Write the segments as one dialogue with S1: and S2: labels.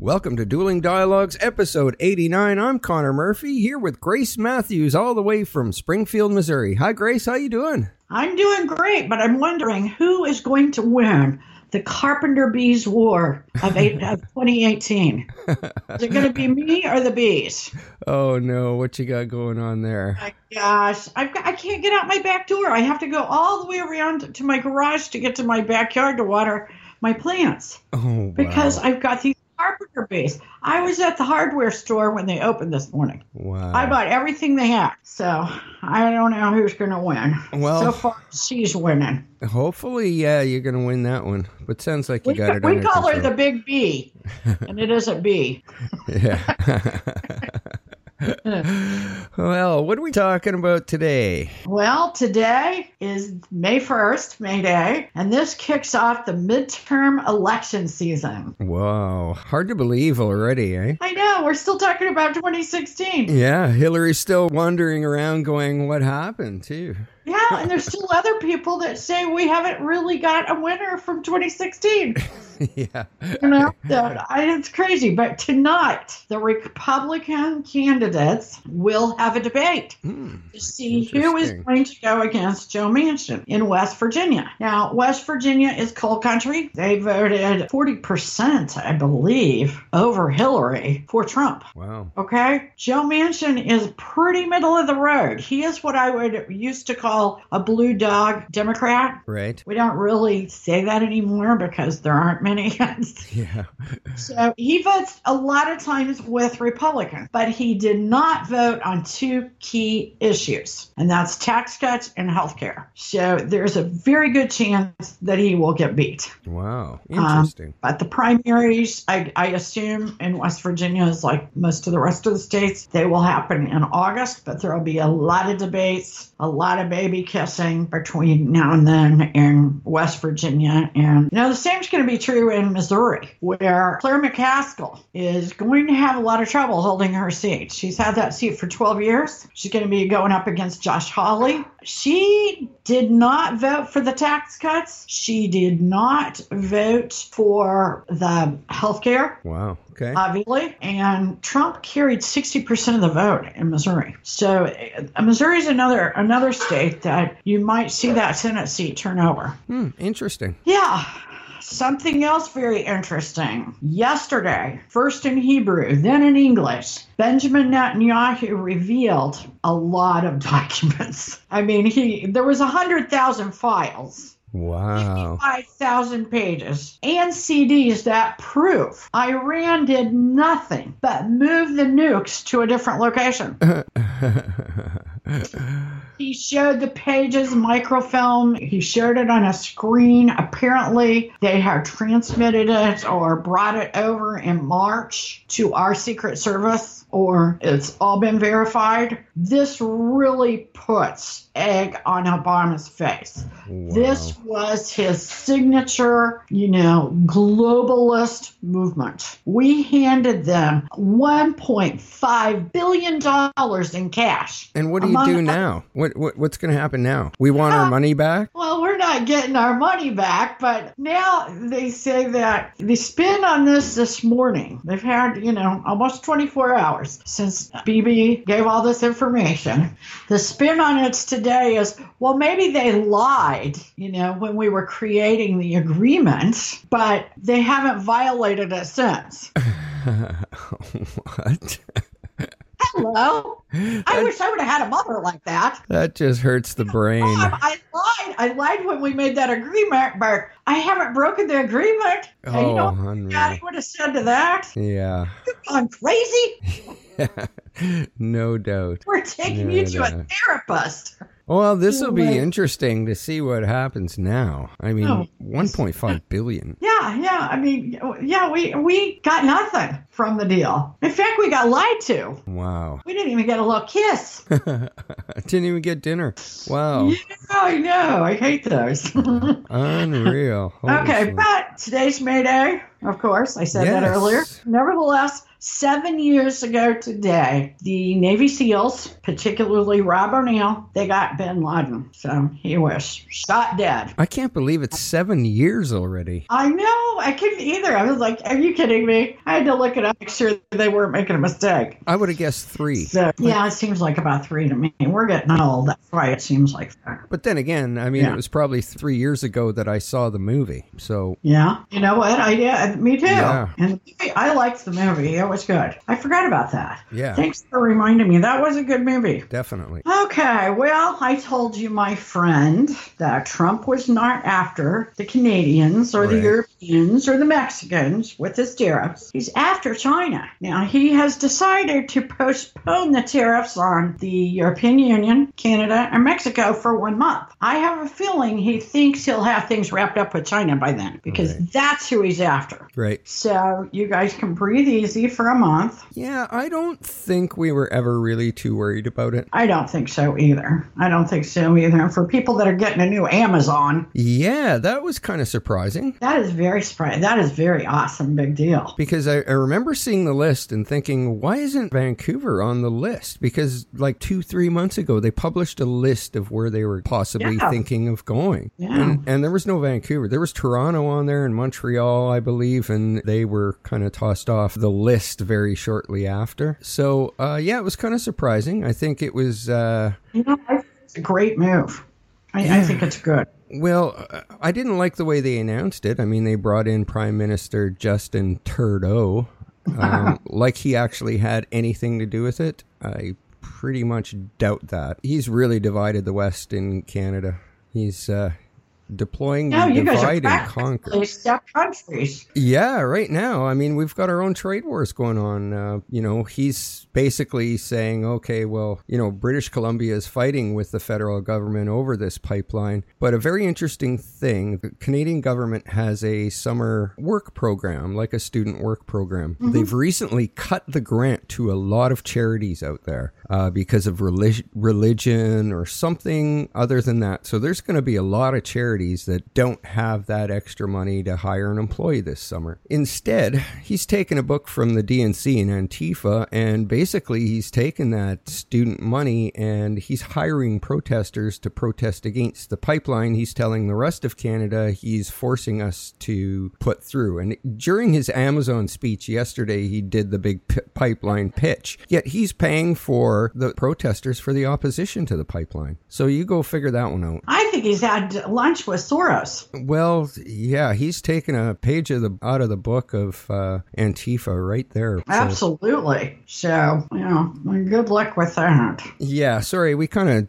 S1: Welcome to Dueling Dialogues, episode 89. I'm Connor Murphy here with Grace Matthews, all the way from Springfield, Missouri. Hi, Grace. How you doing?
S2: I'm doing great, but I'm wondering who is going to win the Carpenter Bees War of, eight, of 2018. Is it going to be me or the bees?
S1: Oh no, what you got going on there?
S2: My gosh, I've got, I can't get out my back door. I have to go all the way around to my garage to get to my backyard to water my plants
S1: Oh, wow.
S2: because I've got these carpenter bees. I was at the hardware store when they opened this morning.
S1: wow.
S2: I bought everything they had, so I don't know who's going to win.
S1: Well-
S2: so far she's winning.
S1: Hopefully, yeah, you're gonna win that one. But sounds like you
S2: we
S1: got it.
S2: we
S1: under
S2: call her the
S1: control.
S2: Big B, and it is a B.
S1: Yeah. well, what are we talking about today?
S2: Well, today is May 1st, May Day, and this kicks off the midterm election season.
S1: Wow, hard to believe already, eh?
S2: I know, we're still talking about 2016.
S1: Yeah, Hillary's still wandering around, going, "What happened?" Too.
S2: Yeah, and there's still other people that say we haven't really got a winner from 2016.
S1: yeah.
S2: You know, that- I- it's crazy. But tonight, the Republican candidates will have a debate.
S1: Hmm.
S2: to see who is
S1: Interesting.
S2: going to go against Joe Manchin in West Virginia. Now, West Virginia is coal country. They voted 40%, I believe, over Hillary for Trump.
S1: Wow.
S2: Okay? Joe Manchin is pretty middle of the road. He is what I would used to call a blue dog Democrat.
S1: Right.
S2: We don't really say that anymore because there aren't many.
S1: Yeah.
S2: So he votes a lot of times with Republicans, but he did not vote on two key issues, and that's tax cuts and health care. So there's a very good chance that he will get beat.
S1: Wow.
S2: Um,
S1: Interesting.
S2: But the primaries, I, I assume, in West Virginia, is like most of the rest of the states, they will happen in August, but there will be a lot of debates, a lot of baby kissing between now and then in West Virginia. And, you know, the same's going to be true in Missouri, where Claire McCaskill is going to have a lot of trouble holding her seat. She's had that seat for 12 years. She's going to be going up against Josh Hawley. She did not vote for the tax cuts. She did not vote for the health care,
S1: wow. Okay.
S2: uh, obviously. And Trump carried 60% of the vote in Missouri. So uh, Missouri is another, another state that you might see that Senate seat turn over.
S1: hmm. Interesting.
S2: Yeah. Something else very interesting. Yesterday, first in Hebrew, then in English, Benjamin Netanyahu revealed a lot of documents. I mean, he there was 100,000 files,
S1: Wow.
S2: 5,000 pages, and CDs that prove Iran did nothing but move the nukes to a different location. He showed the pages microfilm. He showed it on a screen. Apparently, they had transmitted it or brought it over in March to our Secret Service, or it's all been verified. This really puts egg on Obama's face. This was his signature, you know, globalist movement. We handed them $1.5 billion in cash.
S1: and what do you
S2: among
S1: do
S2: other-
S1: now? What, what what's going to happen now? We want our money back?
S2: Well, we're not getting our money back, but now they say that the spin on this this morning, they've had, you know, almost 24 hours since BB gave all this information. The spin on it today is, well, maybe they lied, you know, when we were creating the agreement, but they haven't violated it since.
S1: what?
S2: Hello? I wish I would have had a mother like that.
S1: That just hurts the brain.
S2: Mom, I lied. I lied when we made that agreement, but I haven't broken the agreement. And you
S1: Oh,
S2: know what
S1: unreal.
S2: Daddy would have said to that?
S1: Yeah.
S2: gone crazy?
S1: no doubt.
S2: We're taking
S1: Yeah,
S2: you to
S1: yeah.
S2: a therapist.
S1: Well, this will be
S2: Right.
S1: interesting to see what happens now. I mean,
S2: Oh.
S1: 1.5 billion.
S2: Yeah, yeah. I mean, yeah, we we got nothing from the deal. In fact, we got lied to.
S1: Wow.
S2: We didn't even get a little kiss.
S1: Didn't even get dinner. Wow.
S2: I know. I hate those.
S1: Unreal. Holy
S2: okay,
S1: shit.
S2: but today's May Day, of course. I said that
S1: Yes.
S2: earlier. Nevertheless, seven years ago today, the Navy SEALs, particularly Rob O'Neill, they got bin Laden. So he was shot dead.
S1: I can't believe it's seven years already.
S2: I know. I couldn't either. I was like, are you kidding me? I had to look it up, make sure they weren't making a mistake.
S1: I would have guessed three.
S2: So, yeah, it seems like about three to me. We're getting old. That's why it seems like that.
S1: But then again, I mean,
S2: Yeah.
S1: it was probably three years ago that I saw the movie. So,
S2: Yeah. You know what? I yeah, me too.
S1: Yeah.
S2: And the movie- I liked the movie. It was good. I forgot about that.
S1: yeah,
S2: Thanks for reminding me. That was a good movie.
S1: definitely.
S2: Okay, well, I told you, my friend, that Trump was not after the Canadians or the
S1: Right.
S2: Europeans or the Mexicans with his tariffs. He's after China. Now, he has decided to postpone the tariffs on the European Union, Canada, and Mexico for one month. I have a feeling he thinks he'll have things wrapped up with China by then because
S1: Right.
S2: that's who he's after.
S1: Right.
S2: So, you guys can breathe easy for a month.
S1: Yeah, I don't think we were ever really too worried about it.
S2: I don't think so either. I don't think so either. And for people that are getting a new Amazon,
S1: Yeah, that was kind of surprising
S2: that is very surprising. That is very awesome. Big deal.
S1: because I, I remember seeing the list and thinking, why isn't Vancouver on the list? Because like two, three months ago, they published a list of where they were possibly
S2: Yeah.
S1: thinking of going.
S2: Yeah.
S1: And, and there was no Vancouver. There was Toronto on there and Montreal, I believe, and they were kind of tossed off the list very shortly after. So, uh, yeah, it was kind of surprising. I think it was. Uh,
S2: You know, I think it's a great move. I, I think it's good.
S1: Well, uh, I didn't like the way they announced it. I mean, they brought in Prime Minister Justin Trudeau, um, like he actually had anything to do with it. I pretty much doubt that. He's really divided the West in Canada. He's uh, deploying
S2: No,
S1: the
S2: Oh, you guys are
S1: divide and
S2: practically
S1: conquer.
S2: step countries.
S1: Yeah, right now. I mean, we've got our own trade wars going on. Uh, you know, he's basically saying, okay, well, you know, British Columbia is fighting with the federal government over this pipeline. But a very interesting thing the Canadian government has a summer work program, like a student work program. They've recently cut the grant to a lot of charities out there uh, because of relig- religion or something other than that. So there's going to be a lot of charities that don't have that extra money to hire an employee this summer. Instead, he's taken a book from the DNC and Antifa, and basically he's taken that student money and he's hiring protesters to protest against the pipeline. He's telling the rest of Canada he's forcing us to put through. And during his Amazon speech yesterday, he did the big p- pipeline pitch. Yet he's paying for the protesters for the opposition to the pipeline. So you go figure that one out.
S2: I think he's had lunch with Soros.
S1: Well, yeah, he's taken a page of the out of the book of uh, Antifa right there. So-
S2: Absolutely. So, you know, good luck with that.
S1: yeah, sorry, we kind of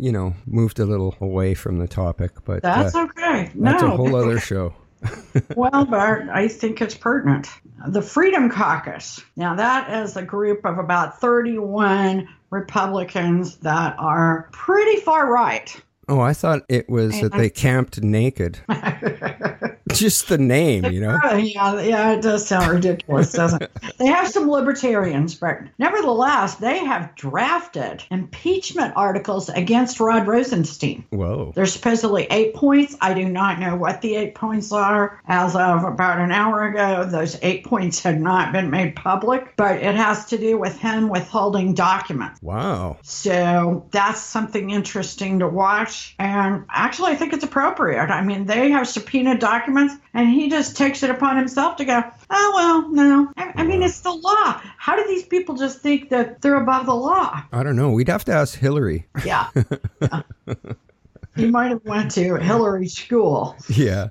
S1: you know moved a little away from the topic, but uh,
S2: That's okay. No,
S1: that's a whole other show.
S2: Well, Bart, I think it's pertinent. The Freedom Caucus. Now, that is a group of about 31 Republicans that are pretty far right.
S1: Oh, I thought it was that they camped naked. Just the name, you know.
S2: Oh, yeah, yeah, it does sound ridiculous, doesn't it? They have some libertarians, but nevertheless, they have drafted impeachment articles against Rod Rosenstein.
S1: Whoa.
S2: There's supposedly eight points. I do not know what the eight points are. As of about an hour ago, those eight points had not been made public, but it has to do with him withholding documents.
S1: Wow.
S2: So that's something interesting to watch. And actually, I think it's appropriate. I mean, they have subpoenaed documents, and he just takes it upon himself to go, oh, well, no. I, I mean, it's the law. How do these people just think that they're above the law?
S1: I don't know. We'd have to ask Hillary.
S2: Yeah. yeah. He might have went to Hillary's school.
S1: yeah.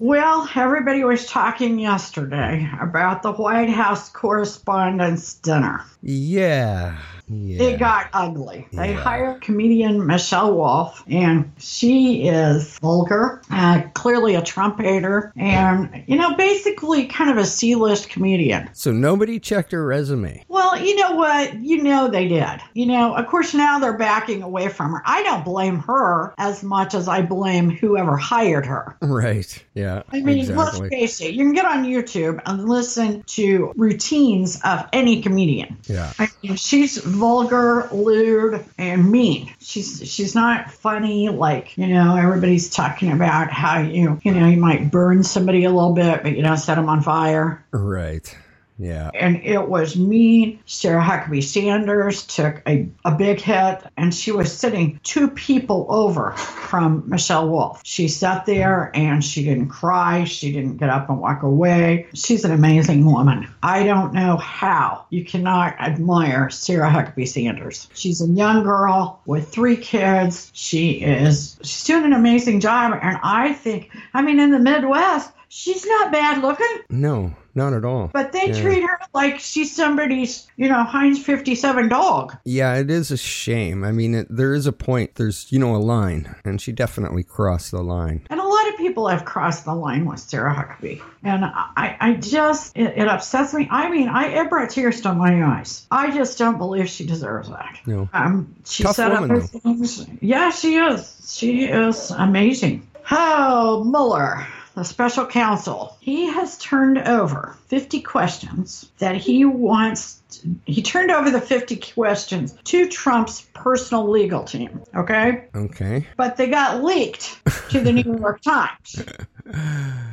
S2: Well, everybody was talking yesterday about the White House Correspondents' Dinner.
S1: Yeah. Yeah.
S2: It got ugly. They
S1: Yeah.
S2: hired comedian Michelle Wolf, and she is vulgar, uh, clearly a Trump hater, and, you know, basically kind of a C list comedian.
S1: so nobody checked her resume.
S2: Well, you know what? You know they did. You know, of course, now they're backing away from her. I don't blame her as much as I blame whoever hired her.
S1: Right. Yeah.
S2: I mean,
S1: exactly.
S2: let's face it, you can get on YouTube and listen to routines of any comedian.
S1: Yeah.
S2: I mean, she's vulgar, lewd, and mean. She's she's not funny. Like you know, everybody's talking about how you you know you might burn somebody a little bit, but you don't set them on fire.
S1: Right. Yeah.
S2: And it was mean. Sarah Huckabee Sanders took a, a big hit, and she was sitting two people over from Michelle Wolf. She sat there and she didn't cry. She didn't get up and walk away. She's an amazing woman. I don't know how you cannot admire Sarah Huckabee Sanders. She's a young girl with three kids. She is she's doing an amazing job, and I think I mean in the Midwest. She's not bad looking.
S1: No, not at all.
S2: But they
S1: Yeah.
S2: treat her like she's somebody's, you know, Heinz 57 dog.
S1: Yeah, it is a shame. I mean, it, there is a point. There's, you know, a line, and she definitely crossed the line.
S2: And a lot of people have crossed the line with Sarah Huckabee. And I, I just, it, it upsets me. I mean, I, it brought tears to my eyes. I just don't believe she deserves that.
S1: No.
S2: Um, she
S1: Tough
S2: set
S1: woman,
S2: up her
S1: though.
S2: things. Yeah, she is. She is amazing. Oh, Mueller, the special counsel, he has turned over 50 questions that he wants. He turned over the 50 questions to Trump's personal legal team, okay?
S1: Okay.
S2: But they got leaked to the New York Times,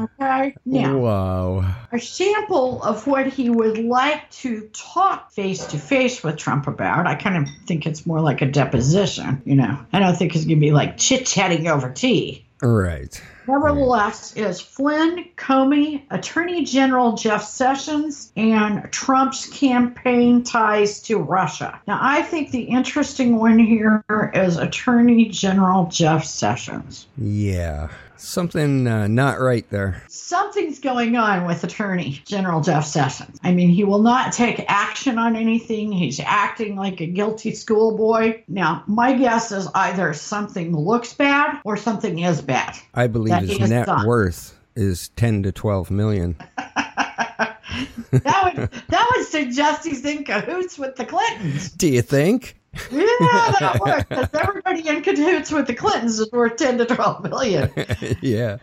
S2: okay? Now,
S1: Wow.
S2: a sample of what he would like to talk face to face with Trump about. I kind of think it's more like a deposition, you know. I don't think it's going to be like chit chatting over tea.
S1: All right.
S2: Nevertheless, is Flynn, Comey, Attorney General Jeff Sessions, and Trump's campaign ties to Russia. Now, I think the interesting one here is Attorney General Jeff Sessions.
S1: Yeah. Something uh, not right there.
S2: Something's going on with Attorney General Jeff Sessions. I mean, he will not take action on anything. He's acting like a guilty schoolboy. Now, my guess is either something looks bad or something is bad.
S1: I believe
S2: That
S1: his
S2: is
S1: net
S2: done.
S1: worth is 10 to 12 million.
S2: That would that would suggest he's in cahoots with the Clintons.
S1: Do you think?
S2: Yeah, that would, because everybody in cahoots with the Clintons is worth ten to twelve million.
S1: yeah.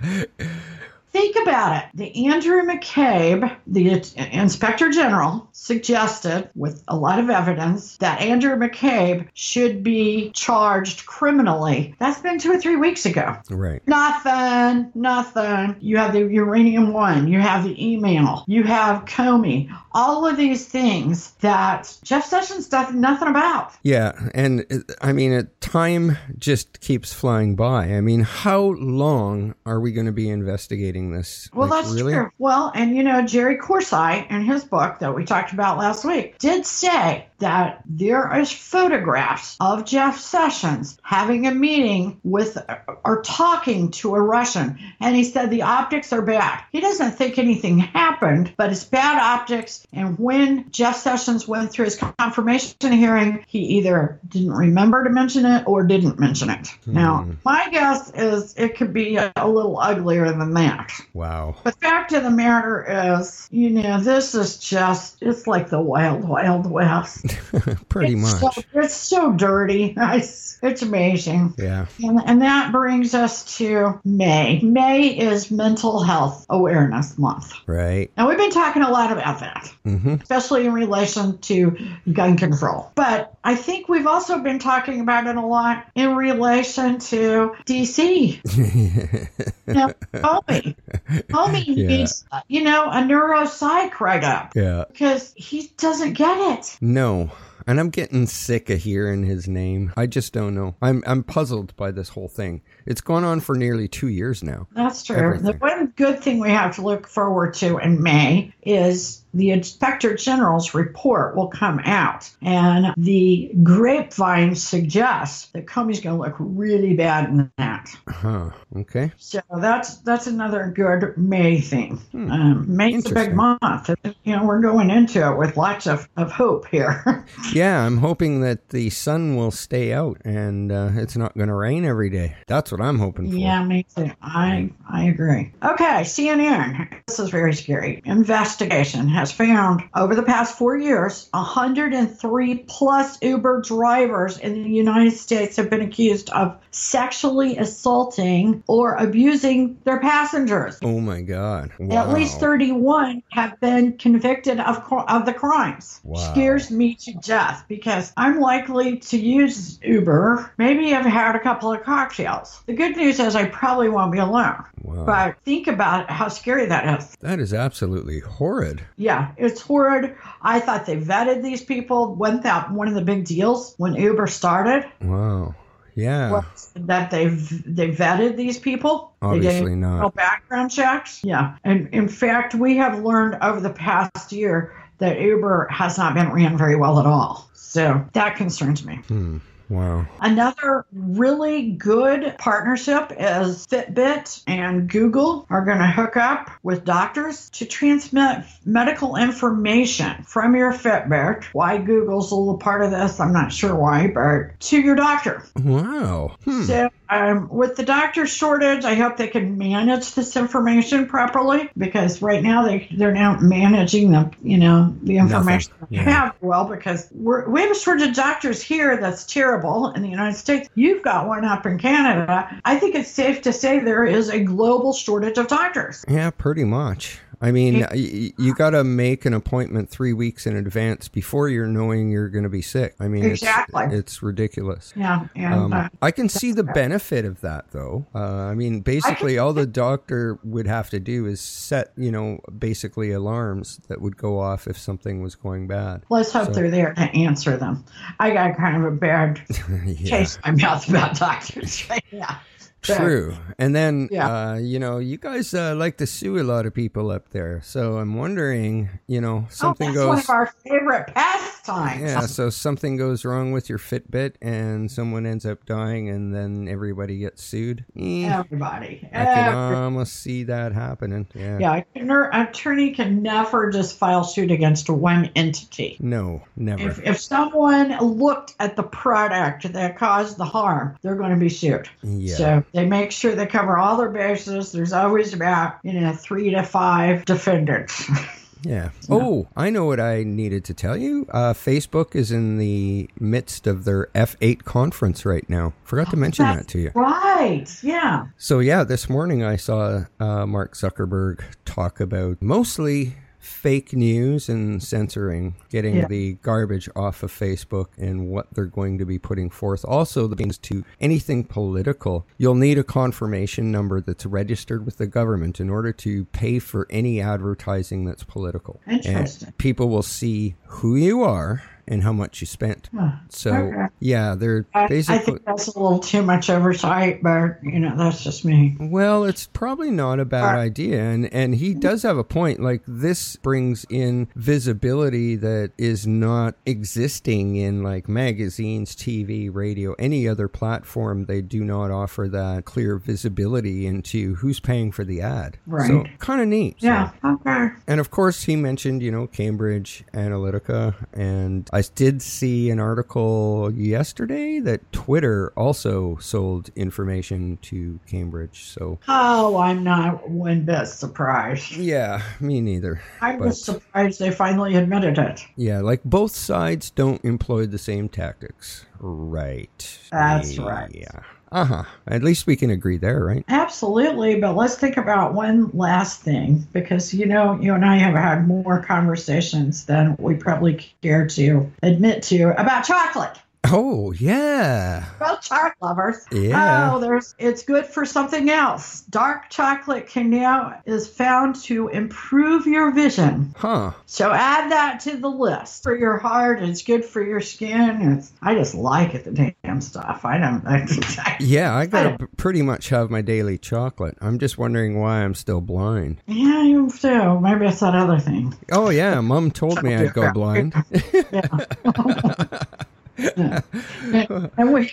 S2: Think about it. The Andrew McCabe, the inspector general, suggested with a lot of evidence that Andrew McCabe should be charged criminally. That's been two or three weeks ago.
S1: Right.
S2: Nothing, nothing. You have the uranium one, you have the email, you have Comey, all of these things that Jeff Sessions does nothing about.
S1: Yeah, and uh, I mean, uh, time just keeps flying by. I mean, how long are we going to be investigating this?
S2: Well,
S1: Like,
S2: that's
S1: really?
S2: true. Well, and you know, Jerry Corsi in his book that we talked about last week did say that there is photographs of Jeff Sessions having a meeting with uh, or talking to a Russian, and he said the optics are bad. He doesn't think anything happened, but it's bad optics. And when Jeff Sessions went through his confirmation hearing, he either didn't remember to mention it or didn't mention it.
S1: Hmm.
S2: Now, my guess is it could be a, a little uglier than that.
S1: Wow.
S2: But fact of the matter is, you know, this is just, it's like the wild, wild west.
S1: Pretty
S2: It's
S1: much.
S2: so, it's so dirty. It's, it's amazing.
S1: yeah.
S2: And, and that brings us to May. May is Mental Health Awareness Month.
S1: Right.
S2: Now, we've been talking a lot about that,
S1: Mm-hmm.
S2: especially in relation to gun control. But I think we've also been talking about it a lot in relation to DC now, Comey, Comey
S1: Yeah.
S2: needs, you know, a neuropsych right up
S1: yeah.
S2: because he doesn't get it.
S1: No. and I'm getting sick of hearing his name. I just don't know. I'm I'm puzzled by this whole thing. It's gone on for nearly two years now.
S2: That's true. The
S1: Everything.
S2: one good thing we have to look forward to in May is the Inspector General's report will come out. And the grapevine suggests that Comey's going to look really bad in that.
S1: Huh. Okay.
S2: So that's that's another good May thing. Um, May's a
S1: Hmm.
S2: big
S1: Interesting.
S2: month. You know, we're going into it with lots of, of hope here.
S1: Yeah, I'm hoping that the sun will stay out and uh, it's not going to rain every day. That's what I'm hoping for.
S2: yeah, me too. I I agree. Okay, CNN. This is very scary. Investigation has found over the past four years, 103 plus Uber drivers in the United States have been accused of sexually assaulting or abusing their passengers.
S1: Oh my God.
S2: At least
S1: Wow.
S2: 31 have been convicted of cr- of the crimes.
S1: Wow.
S2: Scares me to death because I'm likely to use Uber. Maybe I've had a couple of cocktails. The good news is I probably won't be alone.
S1: Wow.
S2: But think about how scary that is.
S1: That is absolutely horrid.
S2: Yeah, it's horrid. I thought they vetted these people. Wasn't that one of the big deals when Uber started?
S1: Wow. Yeah.
S2: was that they they vetted these people. they
S1: Obviously
S2: didn't
S1: not.
S2: do Oh, background checks. Yeah, and in fact, we have learned over the past year that Uber has not been ran very well at all. So that concerns me.
S1: Hmm. Wow.
S2: Another really good partnership is Fitbit and Google are going to hook up with doctors to transmit medical information from your Fitbit. Why Google's a little part of this, I'm not sure why, but to your doctor.
S1: Wow. Hmm.
S2: So, um, with the doctor shortage, I hope they can manage this information properly because right now they they're not managing the you know the information
S1: Yeah.
S2: they have well because we're, we have a shortage of doctors here that's terrible in the United States. You've got one up in Canada. I think it's safe to say there is a global shortage of doctors.
S1: Yeah, pretty much. I mean, y- y- you got to make an appointment three weeks in advance before you're knowing you're going to be sick. I mean, it's-
S2: Exactly.
S1: it's, ridiculous.
S2: Yeah, and uh,
S1: Um, I can see the benefit of that, though. Uh, I mean, basically, all the doctor would have to do is set, you know, basically alarms that would go off if something was going bad.
S2: let's hope they're there to answer them. I got kind of a bad
S1: yeah,
S2: taste in my mouth about doctors. yeah. So-
S1: true. And then,
S2: Yeah.
S1: uh, you know, you guys uh, like to sue a lot of people up there, so I'm wondering, you know, something
S2: oh, that's one
S1: goes.
S2: of our favorite pastimes.
S1: Yeah, so something goes wrong with your Fitbit and someone ends up dying and then everybody gets sued. Eh,
S2: Everybody.
S1: I can
S2: Every-
S1: almost see that happening. Yeah.
S2: yeah, an attorney can never just file suit against one entity.
S1: No, never.
S2: If, if someone looked at the product that caused the harm, they're going to be sued.
S1: yeah.
S2: So they make sure they cover all their bases. There's always about, you know, three to five defendants.
S1: yeah. Oh, I know what I needed to tell you. Uh, Facebook is in the midst of their F8 conference right now. Forgot to mention that to you.
S2: right. Yeah.
S1: So yeah, this morning I saw uh, Mark Zuckerberg talk about mostly fake news and censoring, getting
S2: Yeah.
S1: the garbage off of Facebook and what they're going to be putting forth. Also, the things to anything political, you'll need a confirmation number that's registered with the government in order to pay for any advertising that's political. And
S2: Interesting.
S1: people will see who you are and how much you spent. So
S2: Okay.
S1: yeah, they're
S2: I, I
S1: basically.
S2: think that's a little too much oversight, but, you know, that's just me.
S1: Well, it's probably not a bad
S2: Uh,
S1: idea, and and he does have a point. Like this brings in visibility that is not existing in like magazines, TV, radio, any other platform. They do not offer that clear visibility into who's paying for the ad. So
S2: Right.
S1: kind of neat. So-
S2: Yeah. Okay.
S1: and of course, he mentioned, you know, Cambridge Analytica. And I did see an article yesterday that Twitter also sold information to Cambridge. So,
S2: Oh, I'm not one bit surprised.
S1: yeah, me neither.
S2: I was
S1: But-
S2: surprised they finally admitted it.
S1: Yeah, like both sides don't employ the same tactics. Right.
S2: That's right.
S1: Yeah. Uh huh. At least we can agree there, right?
S2: Absolutely, but let's think about one last thing because you know, you and I have had more conversations than we probably care to admit to about chocolate.
S1: Oh, yeah.
S2: Well, chart lovers.
S1: Yeah.
S2: Oh, there's it's good for something else. Dark chocolate can now is found to improve your vision.
S1: Huh.
S2: So add that to the list for your heart. It's good for your skin. It's, I just like it, the damn stuff. I don't. I,
S1: Yeah, I gotta p- pretty much have my daily chocolate. I'm just wondering why I'm still blind.
S2: yeah, you do. Maybe it's that other thing.
S1: Oh yeah, Mom told me I'd go blind.
S2: And we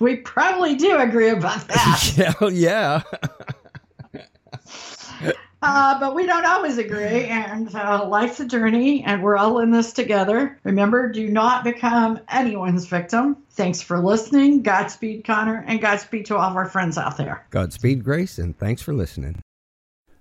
S2: we probably do agree about that.
S1: Hell yeah.
S2: Uh, but we don't always agree, and uh, life's a journey, and we're all in this together. Remember, do not become anyone's victim. Thanks for listening. Godspeed, Connor, and Godspeed to all of our friends out there.
S1: Godspeed, Grace, and thanks for listening.